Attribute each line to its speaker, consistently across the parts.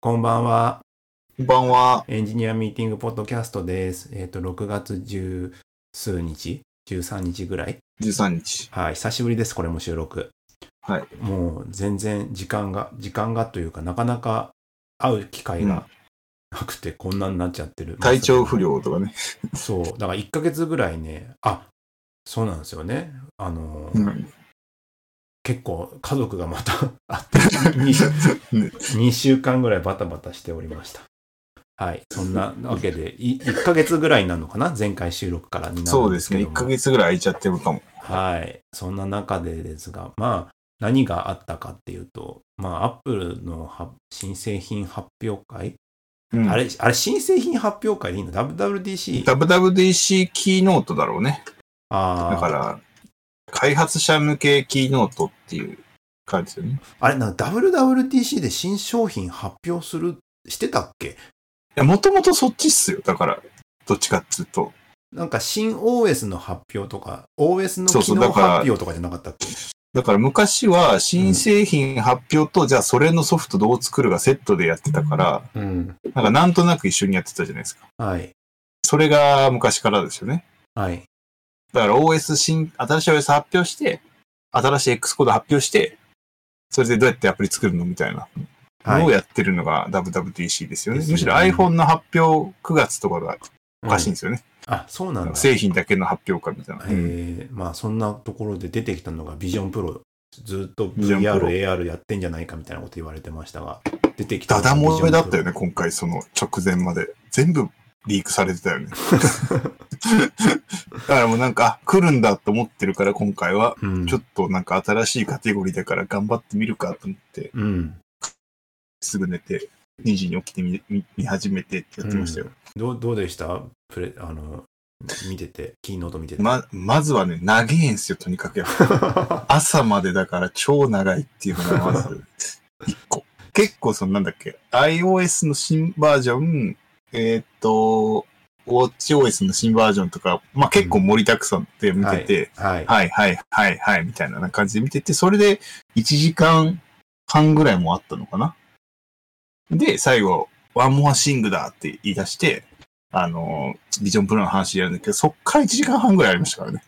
Speaker 1: こんばんは。
Speaker 2: こんばんは。
Speaker 1: エンジニアミーティングポッドキャストです。えっ、と、6月十数日 ?13 日ぐらい
Speaker 2: 13日。
Speaker 1: はい。久しぶりです。これも収録。
Speaker 2: はい。
Speaker 1: もう全然時間が、時間がというかなかなか会う機会がなくてこんなになっちゃってる。
Speaker 2: 体調不良とかね。
Speaker 1: そう。だから1ヶ月ぐらいね、あ、そうなんですよね。あの、
Speaker 2: うん。
Speaker 1: 結構家族がまたあって、2,
Speaker 2: ね
Speaker 1: 週間ぐらいバタバタしておりました。はい。そんなわけで、い1ヶ月ぐらいになるのかな前回収録からになるんですけども。
Speaker 2: そうですね。1ヶ月ぐらい空いちゃってるかも。
Speaker 1: はい。そんな中でですが、まあ、何があったかっていうと、まあ、アップルのは新製品発表会、
Speaker 2: うん
Speaker 1: あれ、あれ、新製品発表会でいいの ?WWDC?
Speaker 2: ?WWDC キーノートだろうね。
Speaker 1: あ
Speaker 2: だ
Speaker 1: あ、
Speaker 2: から、開発者向けキーノートっていう感じだよね。い
Speaker 1: あれ、なんか WWDC で新商品発表する、してたっけ
Speaker 2: や、もともとそっちっすよ。だから、どっちかっつうと。
Speaker 1: なんか新 OS の発表とか、OS の
Speaker 2: そうそ
Speaker 1: 機
Speaker 2: う
Speaker 1: 能
Speaker 2: だから
Speaker 1: 発表とかじゃなかったっけ
Speaker 2: だから昔は新製品発表と、じゃあそれのソフトどう作るがセットでやってたから、
Speaker 1: うん。
Speaker 2: なんかなんとなく一緒にやってたじゃないですか。
Speaker 1: はい。
Speaker 2: それが昔からですよね。
Speaker 1: はい。
Speaker 2: だから OS 新、新しい OS 発表して、新しい X コード発表して、それでどうやってアプリ作るのみたいな
Speaker 1: はい。
Speaker 2: のをやってるのが WWDC ですよね。
Speaker 1: ですよ
Speaker 2: む
Speaker 1: ね
Speaker 2: しろ iPhone の発表9月とかがおかしいん
Speaker 1: うん
Speaker 2: ですよね。
Speaker 1: あ、そうなんだ。
Speaker 2: 製品だけの発表会みたいな。
Speaker 1: えーまあそんなところで出てきたのがビジョンプロずっと
Speaker 2: ビジョンプ
Speaker 1: VR、
Speaker 2: ロ
Speaker 1: AR やってんじゃないかみたいなこと言われてましたが、出てきた
Speaker 2: ダ
Speaker 1: のが
Speaker 2: ダ漏れだったよ
Speaker 1: ビ
Speaker 2: ね、今回その直前まで。全部リークされ てたよね。だからもうなんか、あ来るんだと思ってるから今回は、
Speaker 1: ジョンプロ。うん、
Speaker 2: ちょっとなんか新しいカテゴリーだから頑張ってみるかと思って、
Speaker 1: うん。
Speaker 2: すぐ寝て、2時に起きて見見見始めてってやってましたよ。
Speaker 1: どう、どうでしたプレ、あの、見てて、キーノート見てて。
Speaker 2: ま、まずはね、長いんすよ、とにかくやっぱ。 朝までだから超長いっていうのがまず、1個。結構そのなんだっけ、iOS の新バージョン、えーっと、WatchOS の新バージョンとか、まあ結構盛りだくさんで見てて、
Speaker 1: はい。
Speaker 2: はい、はい、はい、はい、みたいな感じで見てて、それで1時間半ぐらいもあったのかな。で、最後、ワンモアシングだって言い出して、あの、ビジョンプロの話やるんだけど、そっから1時間半ぐらいありましたからね。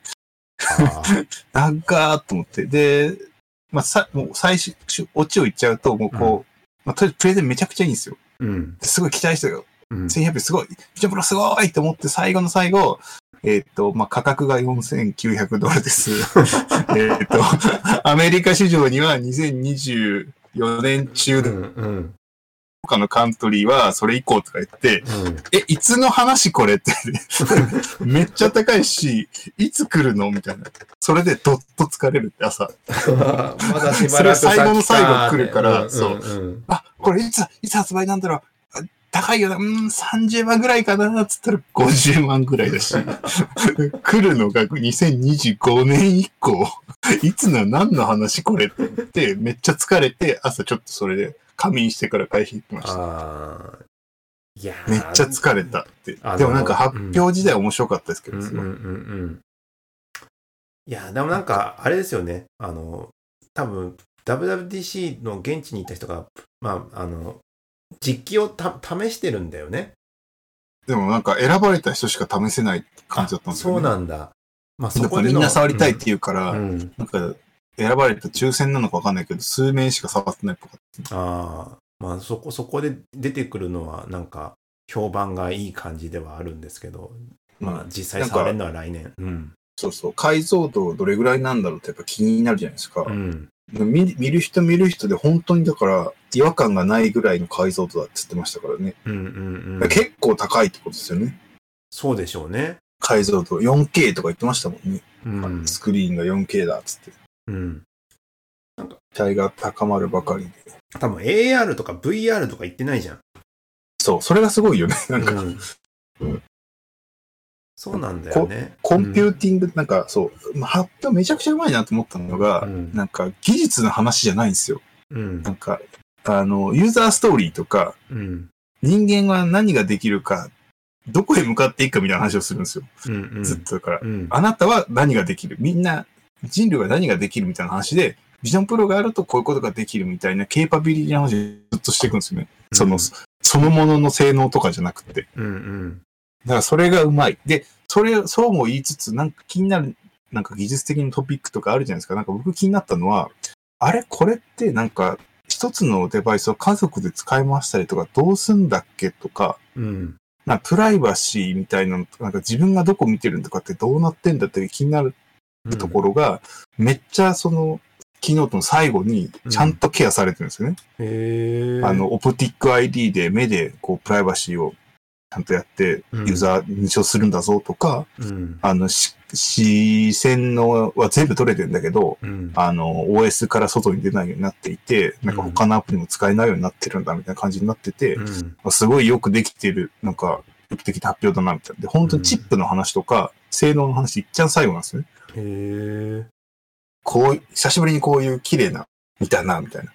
Speaker 1: あー
Speaker 2: 長ーっと思って。で、まあ、さ、もう最終、オチを言っちゃうと、もうこう、まあ、とりあえずプレゼンめちゃくちゃいいんですよ。
Speaker 1: うん。
Speaker 2: すごい期待してたよ。
Speaker 1: うん。
Speaker 2: 1100すごいビジョンプロすごいと思って、最後の最後、えーっ、と、まあ、価格が4900ドルです。えーっと、アメリカ市場には2024年中
Speaker 1: う
Speaker 2: と
Speaker 1: ん。 うん。
Speaker 2: かのカントリーはそれ以降とか言って、
Speaker 1: うん。
Speaker 2: え、いつの話これって。めっちゃ高いし、いつ来るのみたいな。それでどっと疲れるって朝。
Speaker 1: まだし
Speaker 2: ばらく先かーってそれ最後の最後来るからそう
Speaker 1: うん。
Speaker 2: あ、これいつ、いつ発売なんだろう。あ高いよな。うーん、30万ぐらいかな。つったら50万ぐらいだし。 来るのが2025年以降。いつの何の話これって言って、めっちゃ疲れて、朝ちょっとそれで仮眠してから会社行ってました。
Speaker 1: ああ。いやー
Speaker 2: めっちゃ疲れたって
Speaker 1: あ。の
Speaker 2: でもなんか発表自体面白かったですけ
Speaker 1: う
Speaker 2: ど、
Speaker 1: んう
Speaker 2: す
Speaker 1: んう
Speaker 2: ごい
Speaker 1: んうん。いや、でもなんか、あれですよね。あの、多分 WWDC の現地に行った人が、まあ、あの、実機をた試してるんだよね。
Speaker 2: でもなんか選ばれた人しか試せない感じだったんですよ、ね。
Speaker 1: そうなんだ。まあ、そ
Speaker 2: だ
Speaker 1: こ
Speaker 2: か
Speaker 1: で
Speaker 2: ら
Speaker 1: の
Speaker 2: みんな触りたいって言うから、
Speaker 1: うんうん
Speaker 2: なんか選ばれた抽選なのかわかんないけど、数名しか触ってないとか。
Speaker 1: ああ。まあ、そこ、そこで出てくるのは、なんか、評判がいい感じではあるんですけど、まあ、実際触れるのは来年。うん。
Speaker 2: そうそう。解像度どれぐらいなんだろうってやっぱ気になるじゃないですか。
Speaker 1: うん。
Speaker 2: 見見る人見る人で本当にだから違和感がないぐらいの解像度だって言ってましたからね。
Speaker 1: うんうんう
Speaker 2: だ
Speaker 1: ん
Speaker 2: か。ら結構高いってことですよね。
Speaker 1: そうでしょうね。
Speaker 2: 解像度 4K とか言ってましたもんね。
Speaker 1: うん。
Speaker 2: スクリーンが 4K だっつって。
Speaker 1: うん。
Speaker 2: 期待が高まるばかりで。
Speaker 1: 多分 AR とか VR とか言ってないじゃん。
Speaker 2: そう、それがすごいよね。 なんか、
Speaker 1: うんそうなんだよね。
Speaker 2: コンピューティング、なんかそう、まあ発表めちゃくちゃうまいなと思ったのが、
Speaker 1: うん
Speaker 2: なんか技術の話じゃないんですよ。
Speaker 1: うん
Speaker 2: なんか、あの、ユーザーストーリーとか、
Speaker 1: うん
Speaker 2: 人間は何ができるか、どこへ向かっていくかみたいな話をするんですよ。
Speaker 1: うんうん
Speaker 2: ずっとだから、
Speaker 1: うん
Speaker 2: あなたは何ができるみんな、人類は何ができるみたいな話で、ビジョンプロがあるとこういうことができるみたいなケーパビリティの話をずっとしていくんですよね。
Speaker 1: うん
Speaker 2: その、そのものの性能とかじゃなくて。
Speaker 1: うんうん。
Speaker 2: だからそれがうまい。で、それ、そうも言いつつ、なんか気になる、なんか技術的なトピックとかあるじゃないですか。なんか僕気になったのは、あれこれってなんか、一つのデバイスを家族で使い回したりとか、どうすんだっけとか、
Speaker 1: うん。
Speaker 2: なんかプライバシーみたいなのとか、なんか自分がどこ見てるんとかってどうなってんだって気になる
Speaker 1: うん
Speaker 2: ところが、めっちゃその、キーノートの最後にちゃんとケアされてるんですよね。
Speaker 1: へえ。
Speaker 2: あの、オプティック ID で目でこうプライバシーをちゃんとやって、
Speaker 1: うん
Speaker 2: ユーザー認証するんだぞとか、
Speaker 1: うん、
Speaker 2: あの、し視線のは全部取れてんだけど、
Speaker 1: うん。
Speaker 2: あの、OS から外に出ないようになっていて、なんか他のアプリも使えないようになってるんだみたいな感じになってて、
Speaker 1: うん
Speaker 2: すごいよくできてる、なんか、よくできた発表だなみたいな。で、本当にチップの話とか、性能の話、いっちゃん最後なんですよね。
Speaker 1: へえ。
Speaker 2: こう、久しぶりにこういう綺麗な、みたいな、みたいな。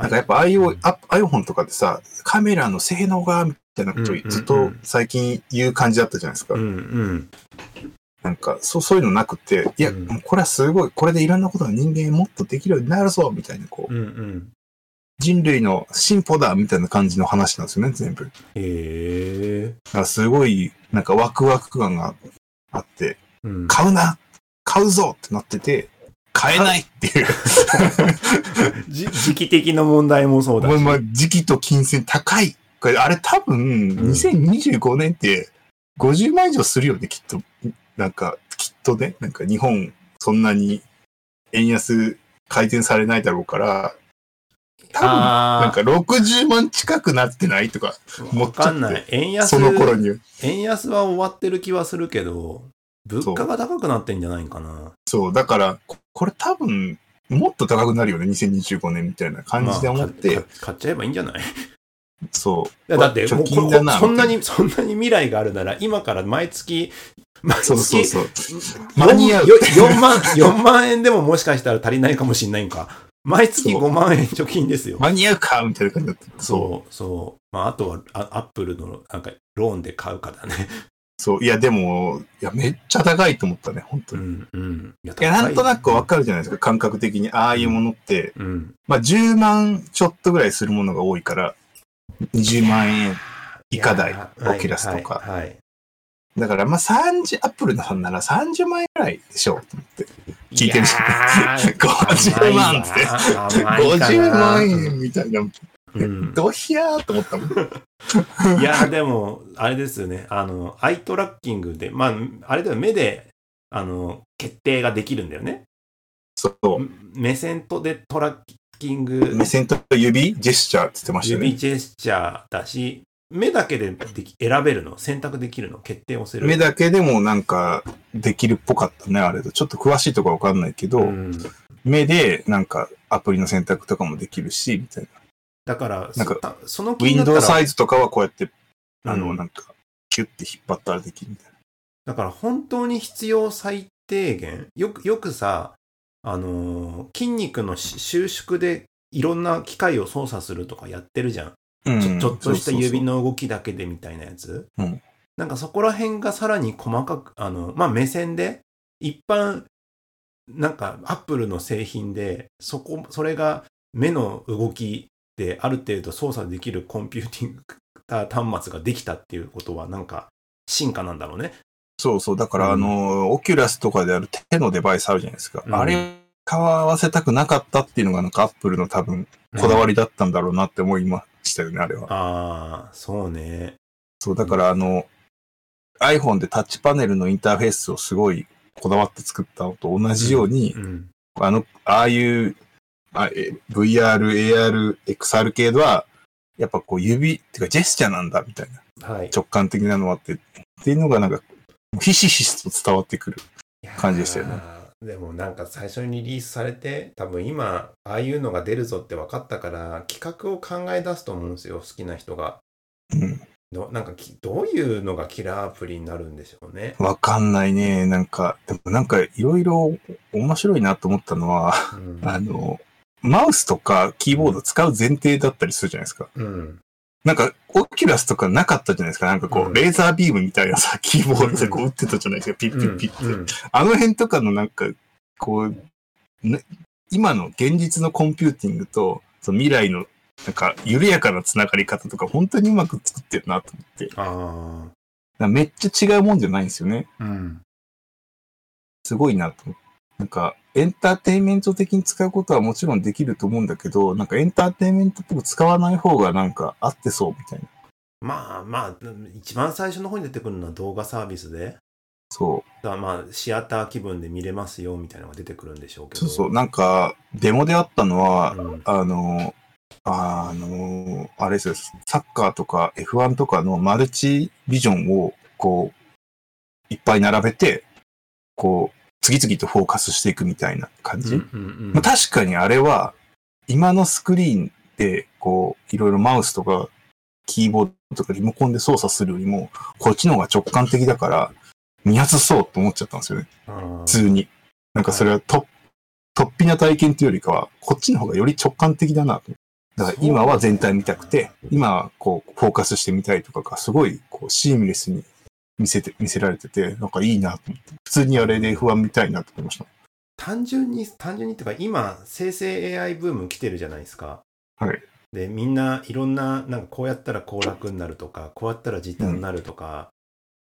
Speaker 2: なんかやっぱ
Speaker 1: う
Speaker 2: IO
Speaker 1: ん、
Speaker 2: あ iPhone とかでさ、カメラの性能が、みたいなことを
Speaker 1: う
Speaker 2: ずっ
Speaker 1: んうん
Speaker 2: と
Speaker 1: うん
Speaker 2: 最近言う感じだったじゃないですか。
Speaker 1: うんうん。
Speaker 2: なんか、そう、そういうのなくて、いや、
Speaker 1: うん
Speaker 2: もうこれはすごい、これでいろんなことが人間もっとできるようになるぞ、みたいな、こ
Speaker 1: う
Speaker 2: う、
Speaker 1: んうん。
Speaker 2: 人類の進歩だ、みたいな感じの話なんですよね、全部。だ
Speaker 1: へえ。
Speaker 2: からすごい、なんかワクワク感があって、
Speaker 1: うん。
Speaker 2: 買うな買うぞってなってて、買えないっていう。
Speaker 1: じ時期的な問題もそうだ
Speaker 2: まあ
Speaker 1: し。
Speaker 2: まあ時期と金銭高い。これあれ多分、
Speaker 1: ん
Speaker 2: 2025年って50万以上するよね、きっと。なんか、きっとね、なんか日本、そんなに円安改善されないだろうから、多分、なん
Speaker 1: あ
Speaker 2: か60万近くなってないとか、
Speaker 1: あ、
Speaker 2: 持っ
Speaker 1: わ
Speaker 2: ちゃって
Speaker 1: かんない。円安
Speaker 2: その頃に。
Speaker 1: 円安は終わってる気はするけど、物価が高くなってんじゃないんかな。
Speaker 2: そう、だから、ここれ多分、もっと高くなるよね、2025年みたいな感じで思って、
Speaker 1: まあか買っちゃえばいいんじゃ ないい
Speaker 2: そう。
Speaker 1: やだって
Speaker 2: ちょ
Speaker 1: もう
Speaker 2: 貯金
Speaker 1: こ
Speaker 2: だな
Speaker 1: そんな
Speaker 2: み
Speaker 1: に、そんなに未来があるなら、今から毎月、毎月
Speaker 2: そうそうそう。
Speaker 1: よん
Speaker 2: 間に合う
Speaker 1: よ4万、4万 円でももしかしたら足りないかもしんないんか。毎月
Speaker 2: そう
Speaker 1: 5万円貯金ですよ。
Speaker 2: 間に合うかみたいな感じだった。
Speaker 1: そう、そう。まあ、あとは、あアップルの、なんか、ローンで買うかだね。
Speaker 2: そう。いや、でも、いや、めっちゃ高いと思ったね、本当
Speaker 1: う
Speaker 2: に。
Speaker 1: ん、うん。いや
Speaker 2: いや、なんとなくわかるじゃないですか、感覚的に。ああいうものって、
Speaker 1: うん。
Speaker 2: まあ、10万ちょっとぐらいするものが多いから、20万円以下台、オキュラスとか。
Speaker 1: はいはいはい。
Speaker 2: だから、まあ、30、アップルのファンなら30万円ぐらいでしょう、と思って。聞いてる人
Speaker 1: や ー
Speaker 2: 50万って。
Speaker 1: 甘いな
Speaker 2: 50万円みたいな、
Speaker 1: うん
Speaker 2: ドヒャーと思ったもん。
Speaker 1: いやーでもあれですよねあのアイトラッキングでまああれだよ目であの決定ができるんだよね
Speaker 2: そう。
Speaker 1: 目線とでトラッキング
Speaker 2: 目線と指、ジェスチャーって言ってましたよ
Speaker 1: 指
Speaker 2: ね。
Speaker 1: ジェスチャーだし目だけででき選べるの選択できるの決定をする
Speaker 2: 目だけでもなんか、できるっぽかったね、あれと。ちょっと詳しいとこわかんないけど、
Speaker 1: うん
Speaker 2: 目で、なんか、アプリの選択とかもできるし、みたいな。
Speaker 1: だから
Speaker 2: なんか
Speaker 1: そその
Speaker 2: ウ
Speaker 1: 気に
Speaker 2: ィ
Speaker 1: な
Speaker 2: ン
Speaker 1: った
Speaker 2: ドウ
Speaker 1: ら
Speaker 2: サイズとかはこうやって、あ
Speaker 1: う
Speaker 2: の、
Speaker 1: ん
Speaker 2: なんか、キュッて引っ張ったらできるみたいな。
Speaker 1: だから本当に必要最低限よくよくさあのー筋肉のし収縮でいろんな機械を操作するとかやってるじゃん、ちょちょっとした指
Speaker 2: の。
Speaker 1: の動きだけでみたいなやつ、
Speaker 2: うん
Speaker 1: なんかそこら辺がさらに細かくあのまあ目線で一般なんかアップルの製品でそこそれが目の動きである程度操作できるコンピューティング端末ができたっていうことはなんか進化なんだろうね
Speaker 2: そうそう。だから、
Speaker 1: うん
Speaker 2: あの、オキュラスとかである手のデバイスあるじゃないですか。
Speaker 1: うん
Speaker 2: あれを買わせたくなかったっていうのが、なんかアップルの多分、こだわりだったんだろうなって思いましたよね、あれは。
Speaker 1: ああ、そうね。
Speaker 2: そう、だから、あの、iPhone でタッチパネルのインターフェースをすごいこだわって作ったのと同じように、
Speaker 1: うん。
Speaker 2: あの、ああいう、あえ VR、AR、XR 系では、やっぱこう指、っていうかジェスチャーなんだみたいな
Speaker 1: はい。
Speaker 2: 直感的なのはあって、っていうのがなんか、ひしひしと伝わってくる。感じでしたよね
Speaker 1: いやー。でもなんか最初にリリースされて、多分今、ああいうのが出るぞって分かったから、企画を考え出すと思うんですよ、好きな人が。
Speaker 2: うん。
Speaker 1: どなんかきどういうのがキラーアプリになるんでしょうね。
Speaker 2: わかんないね。なんか、でもなんかいろいろ面白いなと思ったのは、
Speaker 1: うん。
Speaker 2: あの、マウスとかキーボード使う前提だったりするじゃないですか。
Speaker 1: うん、
Speaker 2: なんか、オキュラスとかなかったじゃないですか。なんか
Speaker 1: う
Speaker 2: こ
Speaker 1: ん
Speaker 2: う、レーザービームみたいなさ、キーボードでこう打ってたじゃないですか。ピッピッピッって。
Speaker 1: うん
Speaker 2: あの辺とかのなんか、こう、ね今の現実のコンピューティングと、その未来のなんか、緩やかな繋がり方とか、本当にうまく作ってるなと思って。だか
Speaker 1: あ
Speaker 2: らめっちゃ違うもんじゃないんですよね。
Speaker 1: あ。うん。
Speaker 2: すごいなと思って。なんか、エンターテインメント的に使うことはもちろんできると思うんだけど、なんかエンターテインメントっぽく使わない方がなんか合ってそうみたいな。
Speaker 1: まあまあ、一番最初の方に出てくるのは動画サービスで、
Speaker 2: そう。
Speaker 1: だからまあ、シアター気分で見れますよみたいなのが出てくるんでしょうけど。
Speaker 2: そうそう。なんか、デモであったのは、
Speaker 1: うん
Speaker 2: あの、あの、あれですよサッカーとか F1 とかのマルチビジョンを、こう、いっぱい並べて、こう、次々とフォーカスしていくみたいな感じ。
Speaker 1: うんうんう
Speaker 2: ま
Speaker 1: ん
Speaker 2: あ、確かにあれは、今のスクリーンで、こう、いろいろマウスとか、キーボードとかリモコンで操作するよりも、こっちの方が直感的だから、見やすそうと思っちゃったんですよね。
Speaker 1: あ
Speaker 2: 普通に。なんかそれはと、突飛な体験というよりかは、こっちの方がより直感的だなと。だから今は全体見たくて、今はこう、フォーカスしてみたいとかが、すごいこう、シームレスに見せて、見せられてて、なんかいいなと思って。普通にあれで不安みたいなと思いました。
Speaker 1: 単純に、単純にっていうか、今、生成 AI ブーム来てるじゃないですか。
Speaker 2: はい。
Speaker 1: で、みんないろんな、なんかこうやったらこう楽になるとか、こうやったら時短になるとか、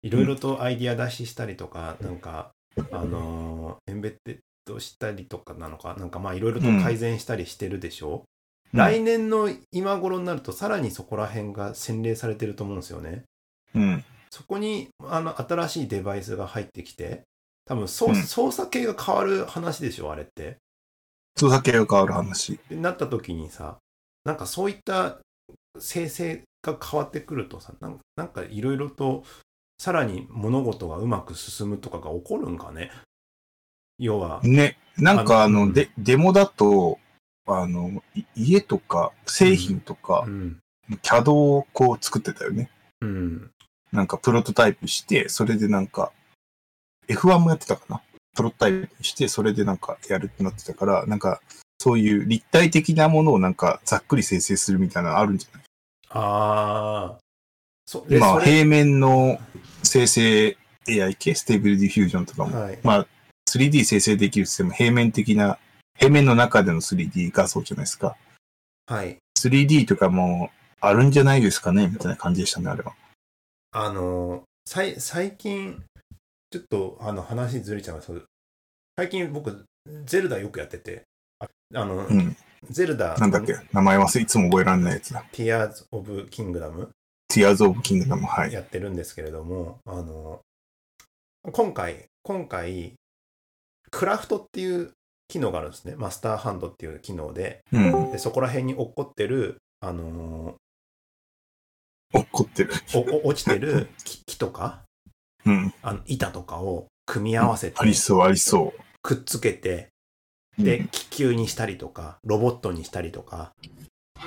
Speaker 1: いろいろとアイディア出ししたりとか、なんか、あのーエンベッドしたりとかなのか、なんかまあいろいろと改善したりしてるでしょ、来年の今頃になると、さらにそこら辺が洗練されてると思うんですよね。
Speaker 2: うん。
Speaker 1: そこにあの新しいデバイスが入ってきて、多分操,、
Speaker 2: うん
Speaker 1: 操作系が変わる話でしょ、あれって。
Speaker 2: 操作系が変わる話。
Speaker 1: でなった時にさ、なんかそういった生成が変わってくるとさ、なんなんかいろいろとさらに物事がうまく進むとかが起こるんかね。要は、
Speaker 2: ね。なんかあ
Speaker 1: あ
Speaker 2: の、
Speaker 1: の
Speaker 2: で、デモだと、あの、い家とか、製品とか
Speaker 1: う、ん、
Speaker 2: CAD をこう作ってたよね。
Speaker 1: うん、
Speaker 2: なんかプロトタイプして、それでなんか、F1 もやってたかな。プロトタイプして、それでなんかやるってなってたから、なんか、そういう立体的なものをなんかざっくり生成するみたいなのあるんじゃない
Speaker 1: ああ、そで
Speaker 2: 今は
Speaker 1: それ
Speaker 2: 平面の生成 AI 系、ステーブルディフュージョンとかも、
Speaker 1: はい、
Speaker 2: まあ、3D 生成できるって言っても平面的な、平面の中での 3D 画像じゃないですか。
Speaker 1: はい。
Speaker 2: 3D とかもあるんじゃないですかねみたいな感じでしたね、あれは。
Speaker 1: あの、さい最近、ちょっとあの話ずれちゃいますけど最近僕、ゼルダよくやってて、ああの、
Speaker 2: うん。
Speaker 1: ゼルダ、
Speaker 2: なんだっけ名前忘れ、いつも覚えられないやつだ。
Speaker 1: Tears of Kingdom
Speaker 2: Tears of Kingdom はい。
Speaker 1: やってるんですけれども、あの、今回、今回、クラフトっていう機能があるんですね。マスターハンドっていう機能で、
Speaker 2: うん。
Speaker 1: でそこら辺に落っこってる、あの
Speaker 2: 怒ってる。
Speaker 1: おお落ちてる木 木とか、
Speaker 2: うん。
Speaker 1: あの板とかを組み合わせて
Speaker 2: あ、りそう、ありそ
Speaker 1: くっつけて、
Speaker 2: う。
Speaker 1: で、気球にしたりとか、ロボットにしたりとか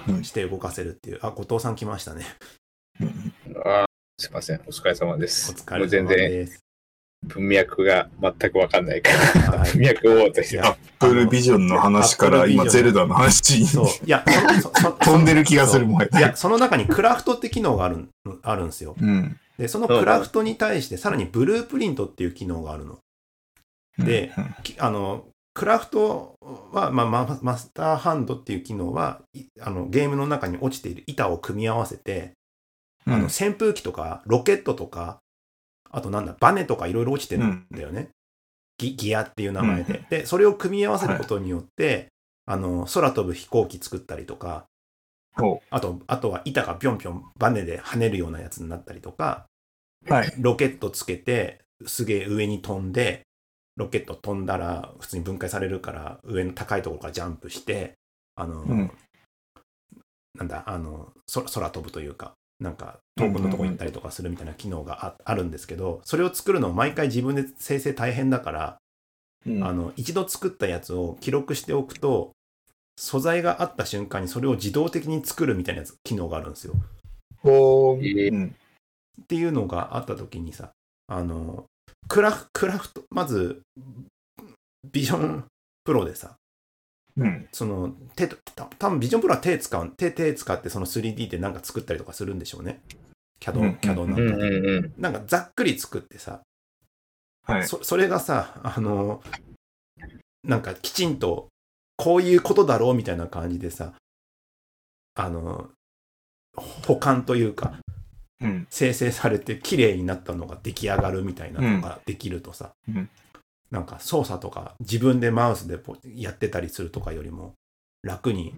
Speaker 2: うん
Speaker 1: して動かせるっていう。あ、後藤さん来ましたね。
Speaker 2: うん、
Speaker 3: あーすいません、お疲れ様で
Speaker 1: お
Speaker 3: す。
Speaker 1: 疲
Speaker 3: も
Speaker 1: れ
Speaker 3: う全
Speaker 1: 様
Speaker 3: 然
Speaker 1: です。
Speaker 3: 文脈が全くわかんないから、
Speaker 1: はい
Speaker 3: 文脈を追おうとし
Speaker 1: い
Speaker 3: て
Speaker 1: や
Speaker 3: た。
Speaker 2: アップルビジョンの話から、
Speaker 1: Apple Vision
Speaker 2: 今、ゼルダの話に
Speaker 1: そう。いや、そそそ
Speaker 2: 飛んでる気がする、もん
Speaker 1: いや、その中にクラフトって機能があるん、あるんですよ。
Speaker 2: うん。
Speaker 1: で、そのクラフトに対して、さらにブループリントっていう機能があるの。で
Speaker 2: うん、
Speaker 1: きあの、クラフトは、まあ、ママスターハンドっていう機能は、いあの、ゲームの中に落ちている板を組み合わせて、
Speaker 2: うん
Speaker 1: あの、扇風機とか、ロケットとか、あとなんだ、バネとかいろいろ落ちてるんだよね。ギギアっていう名前
Speaker 2: う
Speaker 1: で。で、それを組み合わせることによって、あの、空飛ぶ飛行機作ったりとか、
Speaker 2: ほ
Speaker 1: あと、あとは板がぴょんぴょんバネで跳ねるようなやつになったりとか、
Speaker 2: うはい。
Speaker 1: ロケットつけて、すげえ上に飛んで、ロケット飛んだら、普通に分解されるから、上の高いところからジャンプして、あの、
Speaker 2: うん
Speaker 1: なんだ、あの、そ空飛ぶというか、なんか、遠くのとこ行ったりとかするみたいな機能がああるんですけど、それを作るのを毎回自分で生成大変だから、
Speaker 2: うん
Speaker 1: あの、一度作ったやつを記録しておくと、素材があった瞬間にそれを自動的に作るみたいなやつ機能があるんですよ。
Speaker 2: ほう。
Speaker 3: えー
Speaker 2: うん。
Speaker 1: っていうのがあった時にさあのクラフクラフトまずビジョンプロでさ
Speaker 2: うん。
Speaker 1: その手とた多分ビジョンプロは手使う手手使ってその 3D でなんか作ったりとかするんでしょうねキャド
Speaker 2: うん
Speaker 1: キャドなん
Speaker 3: う
Speaker 1: か
Speaker 3: ん
Speaker 1: で、
Speaker 3: うんうん。
Speaker 1: なんかざっくり作ってさ
Speaker 2: はい。
Speaker 1: そそれがさあのなんかきちんとこういうことだろうみたいな感じでさあの、保管というか、
Speaker 2: うん。
Speaker 1: 生成されて綺麗になったのが出来上がるみたいなのができるとさ、
Speaker 2: うん
Speaker 1: なんか操作とか自分でマウスでポやってたりするとかよりも楽に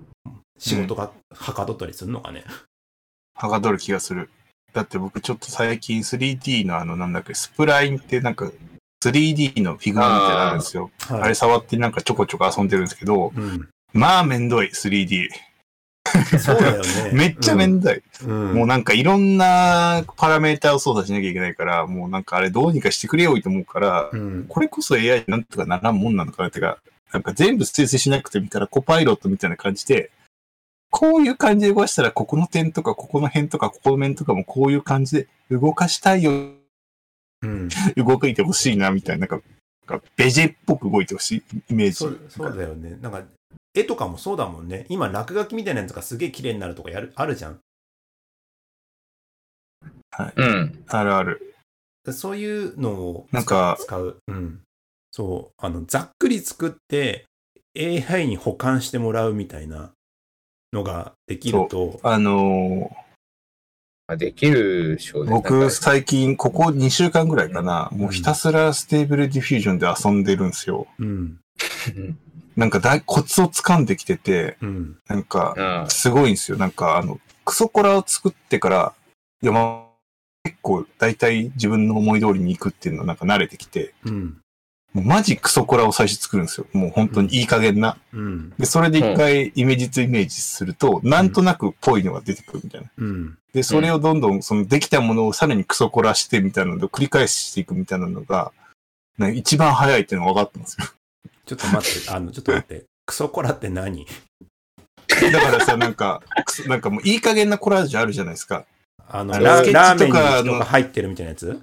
Speaker 1: 仕事がはかどったりするのかね。
Speaker 2: はかどる気がする。だって僕ちょっと最近 3D のあの、なんだっけ、スプラインってなんか 3D のフィグマみたいなのあるんですよ。あ
Speaker 1: はい
Speaker 2: れ触ってなんかちょこちょこ遊んでるんですけど、
Speaker 1: うん、
Speaker 2: まあめんどい、3D。
Speaker 1: そうだよね。
Speaker 2: めっちゃめんどい。
Speaker 1: うん、
Speaker 2: もうなんかいろんなパラメータを操作しなきゃいけないから、もうなんかあれどうにかしてくれよいと思うから、
Speaker 1: うん、
Speaker 2: これこそ AI なんとかならんもんなのかなってか、なんか全部生成しなくてもいいからコパイロットみたいな感じで、こういう感じで動かしたらここの点とかここの辺とかここの面とかもこういう感じで動かしたいよ、
Speaker 1: うん、
Speaker 2: 動いてほしいなみたいな、なんか、なんかベジェっぽく動いてほしいイメージ。
Speaker 1: そうそうだよね。なんか絵とかもそうだもんね。今落書きみたいなやつがすげえ綺麗になるとかやるあるじゃん。
Speaker 3: うん。
Speaker 2: あるある。
Speaker 1: そういうのを
Speaker 2: なんか
Speaker 1: 使う。うん。そう。あの、ざっくり作って AI に保管してもらうみたいなのができると、
Speaker 2: あの
Speaker 3: まあできるでしょう
Speaker 2: ー
Speaker 3: ね。なん
Speaker 2: 僕
Speaker 3: か
Speaker 2: 最近ここ2週間ぐらいかな、もうひたすらステーブルディフュージョンで遊んでるんですよ。
Speaker 1: うん。
Speaker 3: うん
Speaker 2: なんか大コツを掴んできてて、
Speaker 1: うん。
Speaker 2: なんか、
Speaker 3: うん
Speaker 2: すごいんですよ。なんか、あの、クソコラを作ってから、いや、まあ、結構、大体自分の思い通りに行くっていうのなんか慣れてきて、
Speaker 1: うん。
Speaker 2: もうマジクソコラを最初作るんですよ。もう本当にいい加減な。
Speaker 1: うん。
Speaker 2: で、それで一回イメージとイメージすると、なんとなくっぽいのが出てくるみたいな。
Speaker 1: うん。
Speaker 2: で、それをどんどん、そのできたものをさらにクソコラしてみたいなのを繰り返していくみたいなのが、ね一番早いっていうのが分かったんですよ。
Speaker 1: ちょっと待って、あの、ちょっと待って。クソコラって何
Speaker 2: だからさ、なんか、クソなんかもういい加減なコラージュあるじゃないですか。
Speaker 1: あの
Speaker 2: あ
Speaker 1: ラ、
Speaker 2: スケッチ
Speaker 1: ラーメン
Speaker 2: とかの
Speaker 1: に人が入ってるみたいなやつ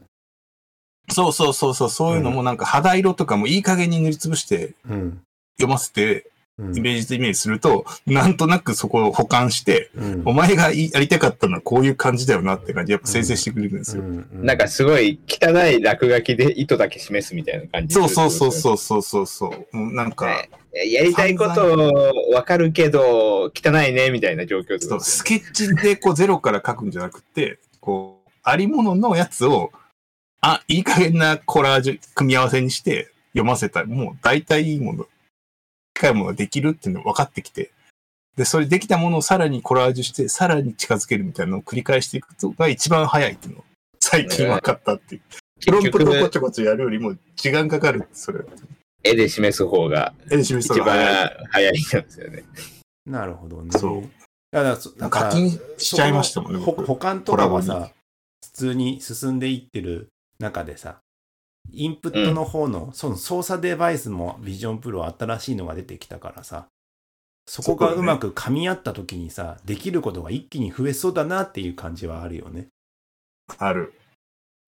Speaker 2: そうそうそうそう、そういうのもなんか肌色とかもいい加減に塗りつぶして
Speaker 1: うん。
Speaker 2: 読ませて、
Speaker 1: うん
Speaker 2: イ。メージとイメージすると、なんとなくそこを保管して、
Speaker 1: うん
Speaker 2: お前がいやりたかったのはこういう感じだよなって感じ、やっぱ生成してくれるんですよ。
Speaker 1: うん
Speaker 3: なんか、すごい汚い落書きで糸だけ示すみたいな感じ
Speaker 2: そうそうそう
Speaker 3: う。
Speaker 2: そうそうそうそう。もうなんか、
Speaker 3: ねやりたいことわかるけど、汚いねみたいな状況って
Speaker 2: そ
Speaker 3: こ
Speaker 2: う
Speaker 3: とです
Speaker 2: スケッチでこうゼロから書くんじゃなくて、こう、ありもののやつを、あ、いい加減なコラージュ、組み合わせにして読ませた。もう大体いいもの、近いものができるっていうのが分かってきて、で、それできたものをさらにコラージュして、さらに近づけるみたいなのを繰り返していくのが一番早いっていうのを最近分かったっていう。プロン
Speaker 3: 結
Speaker 2: プロこ
Speaker 3: 局、
Speaker 2: ちょこちょやるよりも時間かかる。それ。
Speaker 3: 絵で示す方が
Speaker 2: え、示
Speaker 3: 一
Speaker 2: すのが早い
Speaker 3: 番早いんですよね。
Speaker 1: なるほどね。
Speaker 2: そう
Speaker 1: だからそ。だから
Speaker 2: 課金しちゃいましたもんね、
Speaker 1: ほ
Speaker 2: 僕。
Speaker 1: 保管とかは
Speaker 2: コラボ
Speaker 1: さ、普通に進んでいってる中でさ、インプットの方の、その操作デバイスもビジョンプロ新しいのが出てきたからさ、そこが
Speaker 2: そうだ
Speaker 1: う
Speaker 2: ね
Speaker 1: まく噛み合った時にさ、できることが一気に増えそうだなっていう感じはあるよね。
Speaker 2: ある。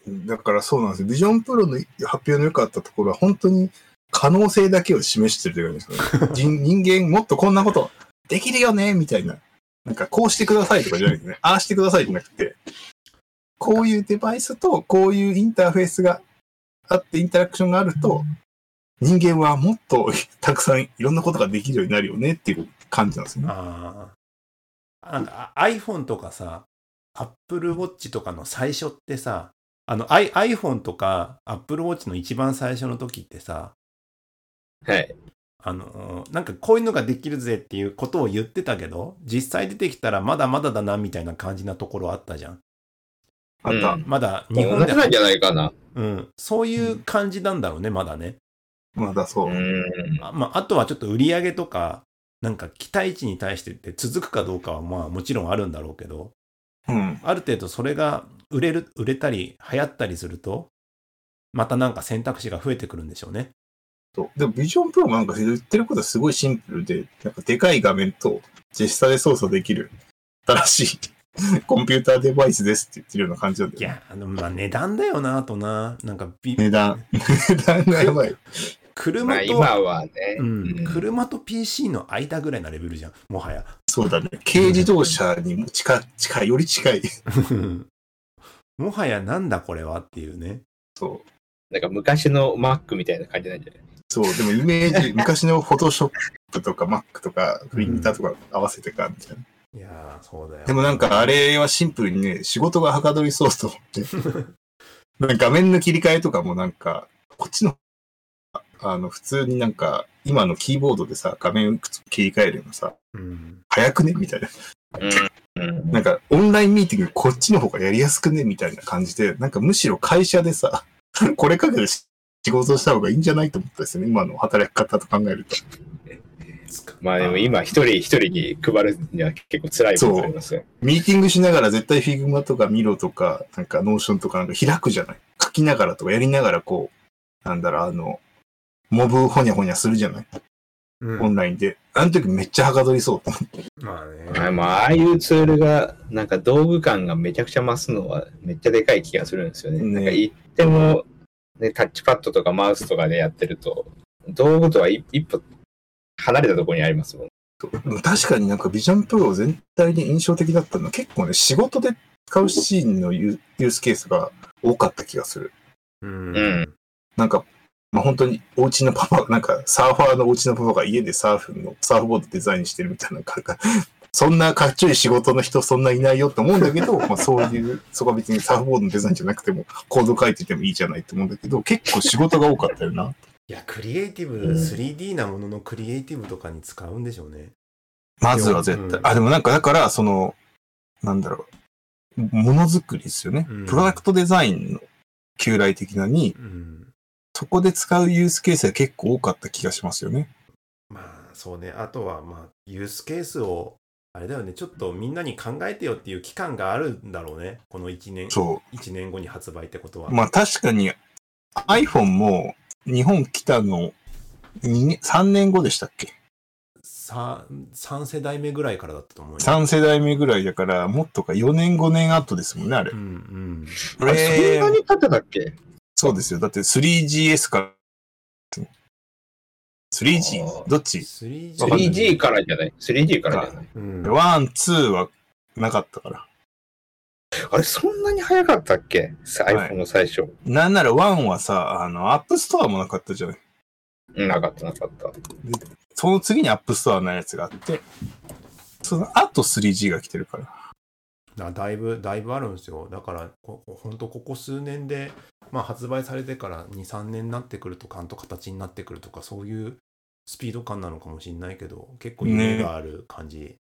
Speaker 2: だからそうなんですよ。ビジョンプロの発表の良かったところは、本当に可能性だけを示してるというかね、人人間もっとこんなことできるよねみたいな。なんか、こうしてくださいとかじゃないですね。ああしてくださいじゃなくて、こういうデバイスとこういうインターフェースがあって、インタラクションがあると、人間はもっと たくさんいろんなことができるようになるよねっていう感じなんですよね。
Speaker 1: ああ。なんかあ iPhone とかさ、Apple Watch とかの最初ってさ、あの I- iPhone とか Apple Watch の一番最初の時ってさ、
Speaker 3: はい。
Speaker 1: あのーなんかこういうのができるぜっていうことを言ってたけど、実際出てきたらまだまだだなみたいな感じなところあったじゃん。
Speaker 2: あとは、
Speaker 1: まだ日
Speaker 3: 日
Speaker 1: 本で
Speaker 3: 本じゃ、ないんじゃないかな。
Speaker 1: うん、そういう感じなんだろうね、まだね。
Speaker 2: まだそうう。
Speaker 3: ん。
Speaker 1: あ,、まあ、あとはちょっと売り上げとか、なんか期待値に対してって続くかどうかはまあもちろんあるんだろうけど、
Speaker 2: うん。
Speaker 1: ある程度それが売れる、売れたり流行ったりすると、またなんか選択肢が増えてくるんでしょうね。
Speaker 2: そう。でも、ビジョンプロもなんか言ってることはすごいシンプルで、なんかでかい画面と実際で操作できる新しい コンピューターデバイスですって言ってるような感じなんだ
Speaker 1: い
Speaker 2: よね。
Speaker 1: や、あの、まあ値段だよな、あとな。なんかビ、
Speaker 2: 値段。値段がやばい。
Speaker 1: 車
Speaker 3: まあ
Speaker 1: と、
Speaker 3: 今はね、
Speaker 1: う
Speaker 3: うん
Speaker 1: ん、車と PC の間ぐらいなレベルじゃん、も はや。
Speaker 2: そうだね。軽自動車にも近、近い、より近い。
Speaker 1: もはやなんだこれはっていうね。
Speaker 2: そう。
Speaker 3: なんか昔の Mac みたいな感じなんじゃない
Speaker 2: そう。でも、イメージ、昔のフォトショップとか Mac とか、プリンターとか合わせてか、みたいな。
Speaker 1: いいやー、そうだよ。
Speaker 2: でもなんかあれはシンプルにね、仕事がはかどりそうと思って。なんか画面の切り替えとかもなんか、こっちの、あの、普通になんか、今のキーボードでさ、画面切り替えるのさ、
Speaker 1: うん。
Speaker 2: 早くねみたいな。
Speaker 3: うん
Speaker 2: なんか、オンラインミーティングこっちの方がやりやすくねみたいな感じで、なんかむしろ会社でさ、これかけて仕事した方がいいんじゃないと思ったですね。今の働き方と考えると。
Speaker 3: まあでも今一人一人に配るには結構辛いことありますよ。
Speaker 2: ミーティングしながら絶対フィグマとかミロとか、なんかノーションとかなんか開くじゃない書きながらとかやりながらこう、なんだろう、あの、モブほにゃほにゃするじゃない
Speaker 1: うん
Speaker 2: オンラインで。あの時めっちゃはかどりそう。
Speaker 1: まあね。
Speaker 3: はい、まあああいうツールが、なんか道具感がめちゃくちゃ増すのはめっちゃでかい気がするんですよね。
Speaker 2: ね
Speaker 3: なんか言っても、ね、タッチパッドとかマウスとかでやってると、道具とは一一歩離れたところにありますもん。
Speaker 2: 確かになんかビジョンプロ全体に印象的だったのは結構ね、仕事で使うシーンのユユースケースが多かった気がする。
Speaker 1: うん。
Speaker 3: うん
Speaker 2: なんか、まあ、本当にお家のパパ、 なんかサーファーのお家のパパが家でサーフの、サーフボードデザインしてるみたいな、なんか、 そんなかっちょいい仕事の人そんないないよって思うんだけど、まあそういう、 そこは別にサーフボードのデザインじゃなくても、コード書いててもいいじゃないって思うんだけど、結構仕事が多かったよな。
Speaker 1: いや、クリエイティブ、
Speaker 3: うん
Speaker 1: 3D なもののクリエイティブとかに使うんでしょうね。
Speaker 2: まずは絶対。
Speaker 1: うん
Speaker 2: あ、でもなんかだから、その、なんだろう、ものづくりですよね
Speaker 1: うん。
Speaker 2: プロダクトデザインの旧来的なに、
Speaker 1: うん。
Speaker 2: そこで使うユースケースが結構多かった気がしますよね。
Speaker 1: まあ、そうね。あとは、まあ、ユースケースを、あれだよね、ちょっとみんなに考えてよっていう期間があるんだろうね。この1年、
Speaker 2: そう。
Speaker 1: 一年後に発売ってことは。
Speaker 2: まあ確かに iPhone も日本来たの2年3年後でしたっけ
Speaker 1: さ3世代目ぐらいからだったと思うよ。
Speaker 2: ?3 世代目ぐらいだから、もっとか4年5年後ですもんね、あれ
Speaker 1: う。ん
Speaker 2: あ
Speaker 3: あそんなに経ってたっけ
Speaker 2: そうですよ。だって 3GS から。
Speaker 3: あ
Speaker 2: 3G?
Speaker 3: ー
Speaker 2: どっ
Speaker 1: うん。
Speaker 2: ちわかんない
Speaker 3: 3G からじゃない ?3G からじゃない
Speaker 1: うん。
Speaker 2: ?1、2はなかったから。
Speaker 3: あれ、そんなに早かったっけさ
Speaker 2: はい
Speaker 3: ?iPhone の最初。
Speaker 2: なんなら1はさ、あの、App Store もなかったじゃない。
Speaker 3: うんなかった、なかった。
Speaker 2: その次に App Store のやつがあって、その後 3G が来てるから。
Speaker 1: なだいぶ、だいぶあるんですよ。だから、こほんとここ数年で、まあ、発売されてから2、3年になってくると、ちゃんと形になってくるとか、そういうスピード感なのかもしれないけど、結構夢
Speaker 2: ね
Speaker 1: がある感じ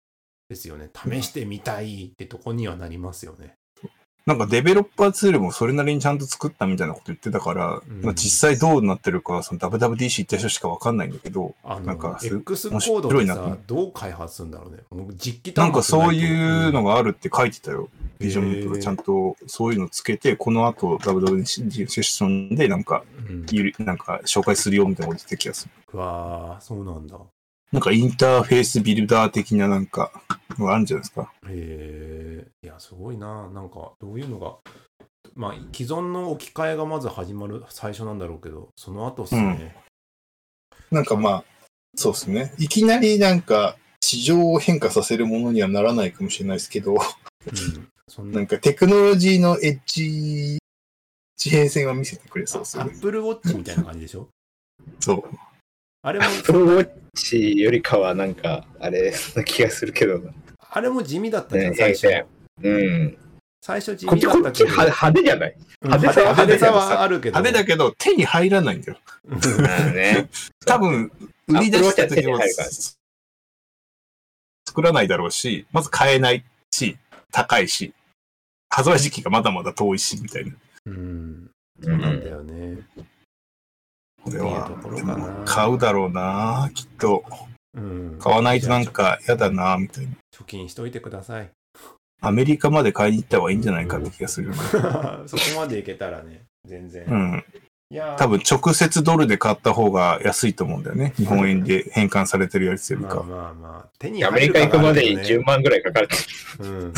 Speaker 1: ですよね。試してみたいってとこにはなりますよね。
Speaker 2: なんかデベロッパーツールもそれなりにちゃんと作ったみたいなこと言ってたから、
Speaker 1: うん
Speaker 2: まあ実際どうなってるかはその WWDC 行った人しかわかんないんだけど、
Speaker 1: あの、
Speaker 2: なんかす
Speaker 1: X コードで
Speaker 2: 面白いな
Speaker 1: さ、どう開発するんだろうね。もう実機
Speaker 2: なんかそういうの
Speaker 1: が、
Speaker 2: があるって書いてたよ。ビジョンプ
Speaker 1: へ
Speaker 2: ロ
Speaker 1: ー
Speaker 2: ちゃんとそういうのつけて、この後 WWDC セッションでなんか、
Speaker 1: うん
Speaker 2: ゆりなんか紹介するよみたいなこと言ってた気がする。
Speaker 1: うわー、そうなんだ。
Speaker 2: なんかインターフェースビルダー的ななんか、のがあるんじゃないですか。
Speaker 1: へえ、いや、すごいな。なんか、どういうのが、まあ、既存の置き換えがまず始まる最初なんだろうけど、その後っすね。
Speaker 2: なんかまあ、そうですね。いきなりなんか市場を変化させるものにはならないかもしれないですけど、
Speaker 1: うん。そん
Speaker 2: な
Speaker 1: な、
Speaker 2: んかテクノロジーのエッジ、地平線は見せてくれそうです
Speaker 1: ア
Speaker 2: よね。
Speaker 1: ップルウォッチみたいな感じでしょ
Speaker 2: そう。
Speaker 1: あれも
Speaker 3: ア、ップルウォッチよりかは、なんか、あれな気がするけどな。
Speaker 1: あれも地味だったじゃん、
Speaker 3: ね
Speaker 1: 最
Speaker 3: いやい
Speaker 1: 初
Speaker 3: や。うん。
Speaker 1: 最初地
Speaker 3: こっ
Speaker 1: 味
Speaker 3: ち、
Speaker 1: だ
Speaker 3: こ
Speaker 1: っ
Speaker 3: ったち
Speaker 1: けど、
Speaker 3: は派手じゃない
Speaker 1: うん
Speaker 3: 派手さは
Speaker 1: 派手さ
Speaker 2: 派手だけど
Speaker 1: は
Speaker 2: さ
Speaker 1: あるけど。
Speaker 2: 派手だけど手に入らないんだよ。
Speaker 1: うん
Speaker 3: ね。
Speaker 2: 多分、売り出した時は
Speaker 3: アップルウォッチは手に入るから
Speaker 2: 作らないだろうし、まず買えないし、高いし、発売時期がまだまだ遠いし、みたいな。
Speaker 1: うん。
Speaker 3: う
Speaker 1: そうなんだ
Speaker 3: ん、
Speaker 1: よね。
Speaker 2: これ
Speaker 1: いい
Speaker 2: は
Speaker 1: とこ、ろ
Speaker 2: で
Speaker 1: かな
Speaker 2: も買うだろうなきっと。
Speaker 1: うん。
Speaker 2: 買わないとなんか嫌だなみたいな。
Speaker 1: 貯金しといてください。
Speaker 2: アメリカまで買いに行った方がいいんじゃないかって気がする。
Speaker 1: そこまでいけたらね、全然。
Speaker 2: うん。
Speaker 1: いやー
Speaker 2: 多分直接ドルで買った方が安いと思うんだよね。日本円で変換されてるやつより
Speaker 1: まあ
Speaker 2: か。
Speaker 1: まあまあ、手に
Speaker 3: アメリカ行くまでに10万ぐらいかかる。
Speaker 1: 万。うん。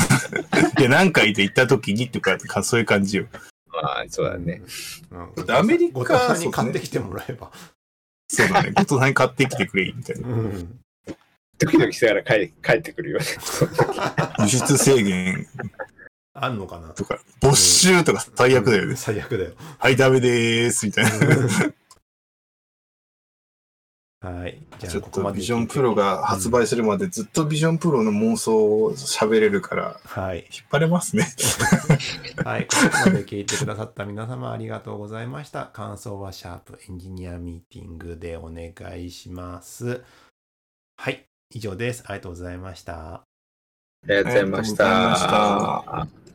Speaker 2: で、何回で行った時にっていうか、そういう感じよ。
Speaker 3: まあ、そうだね。
Speaker 1: うん。
Speaker 2: だってアメリカ
Speaker 1: ごとさん
Speaker 2: そ
Speaker 1: に
Speaker 2: うね
Speaker 1: 買ってきてもらえば。
Speaker 2: そうだね。ごとさんに買ってきてくれ、みたいな。
Speaker 1: うん。
Speaker 3: ドキドキしながら帰帰ってくるよね。
Speaker 2: 輸出制限
Speaker 1: あんのかな
Speaker 2: とか、没収とか最悪だよ
Speaker 1: うん
Speaker 2: ね。
Speaker 1: 最悪だよ。
Speaker 2: はい、ダメでーす、みたい な。
Speaker 1: はい。じゃ
Speaker 2: ち
Speaker 1: あ、
Speaker 2: ょ
Speaker 1: こ
Speaker 2: っ
Speaker 1: ことまで。
Speaker 2: ビジョンプロ。が発売するまでずっとビジョンプロの妄想を喋れるから、
Speaker 1: はい。
Speaker 2: 引っ張れますね。
Speaker 1: はい。ここまで聞いてくださった皆様ありがとうございました。感想はシャープエンジニアミーティングでお願いします。はい。以上です。ありがとうございました。
Speaker 3: ありがとうございました。
Speaker 2: ありがとうございました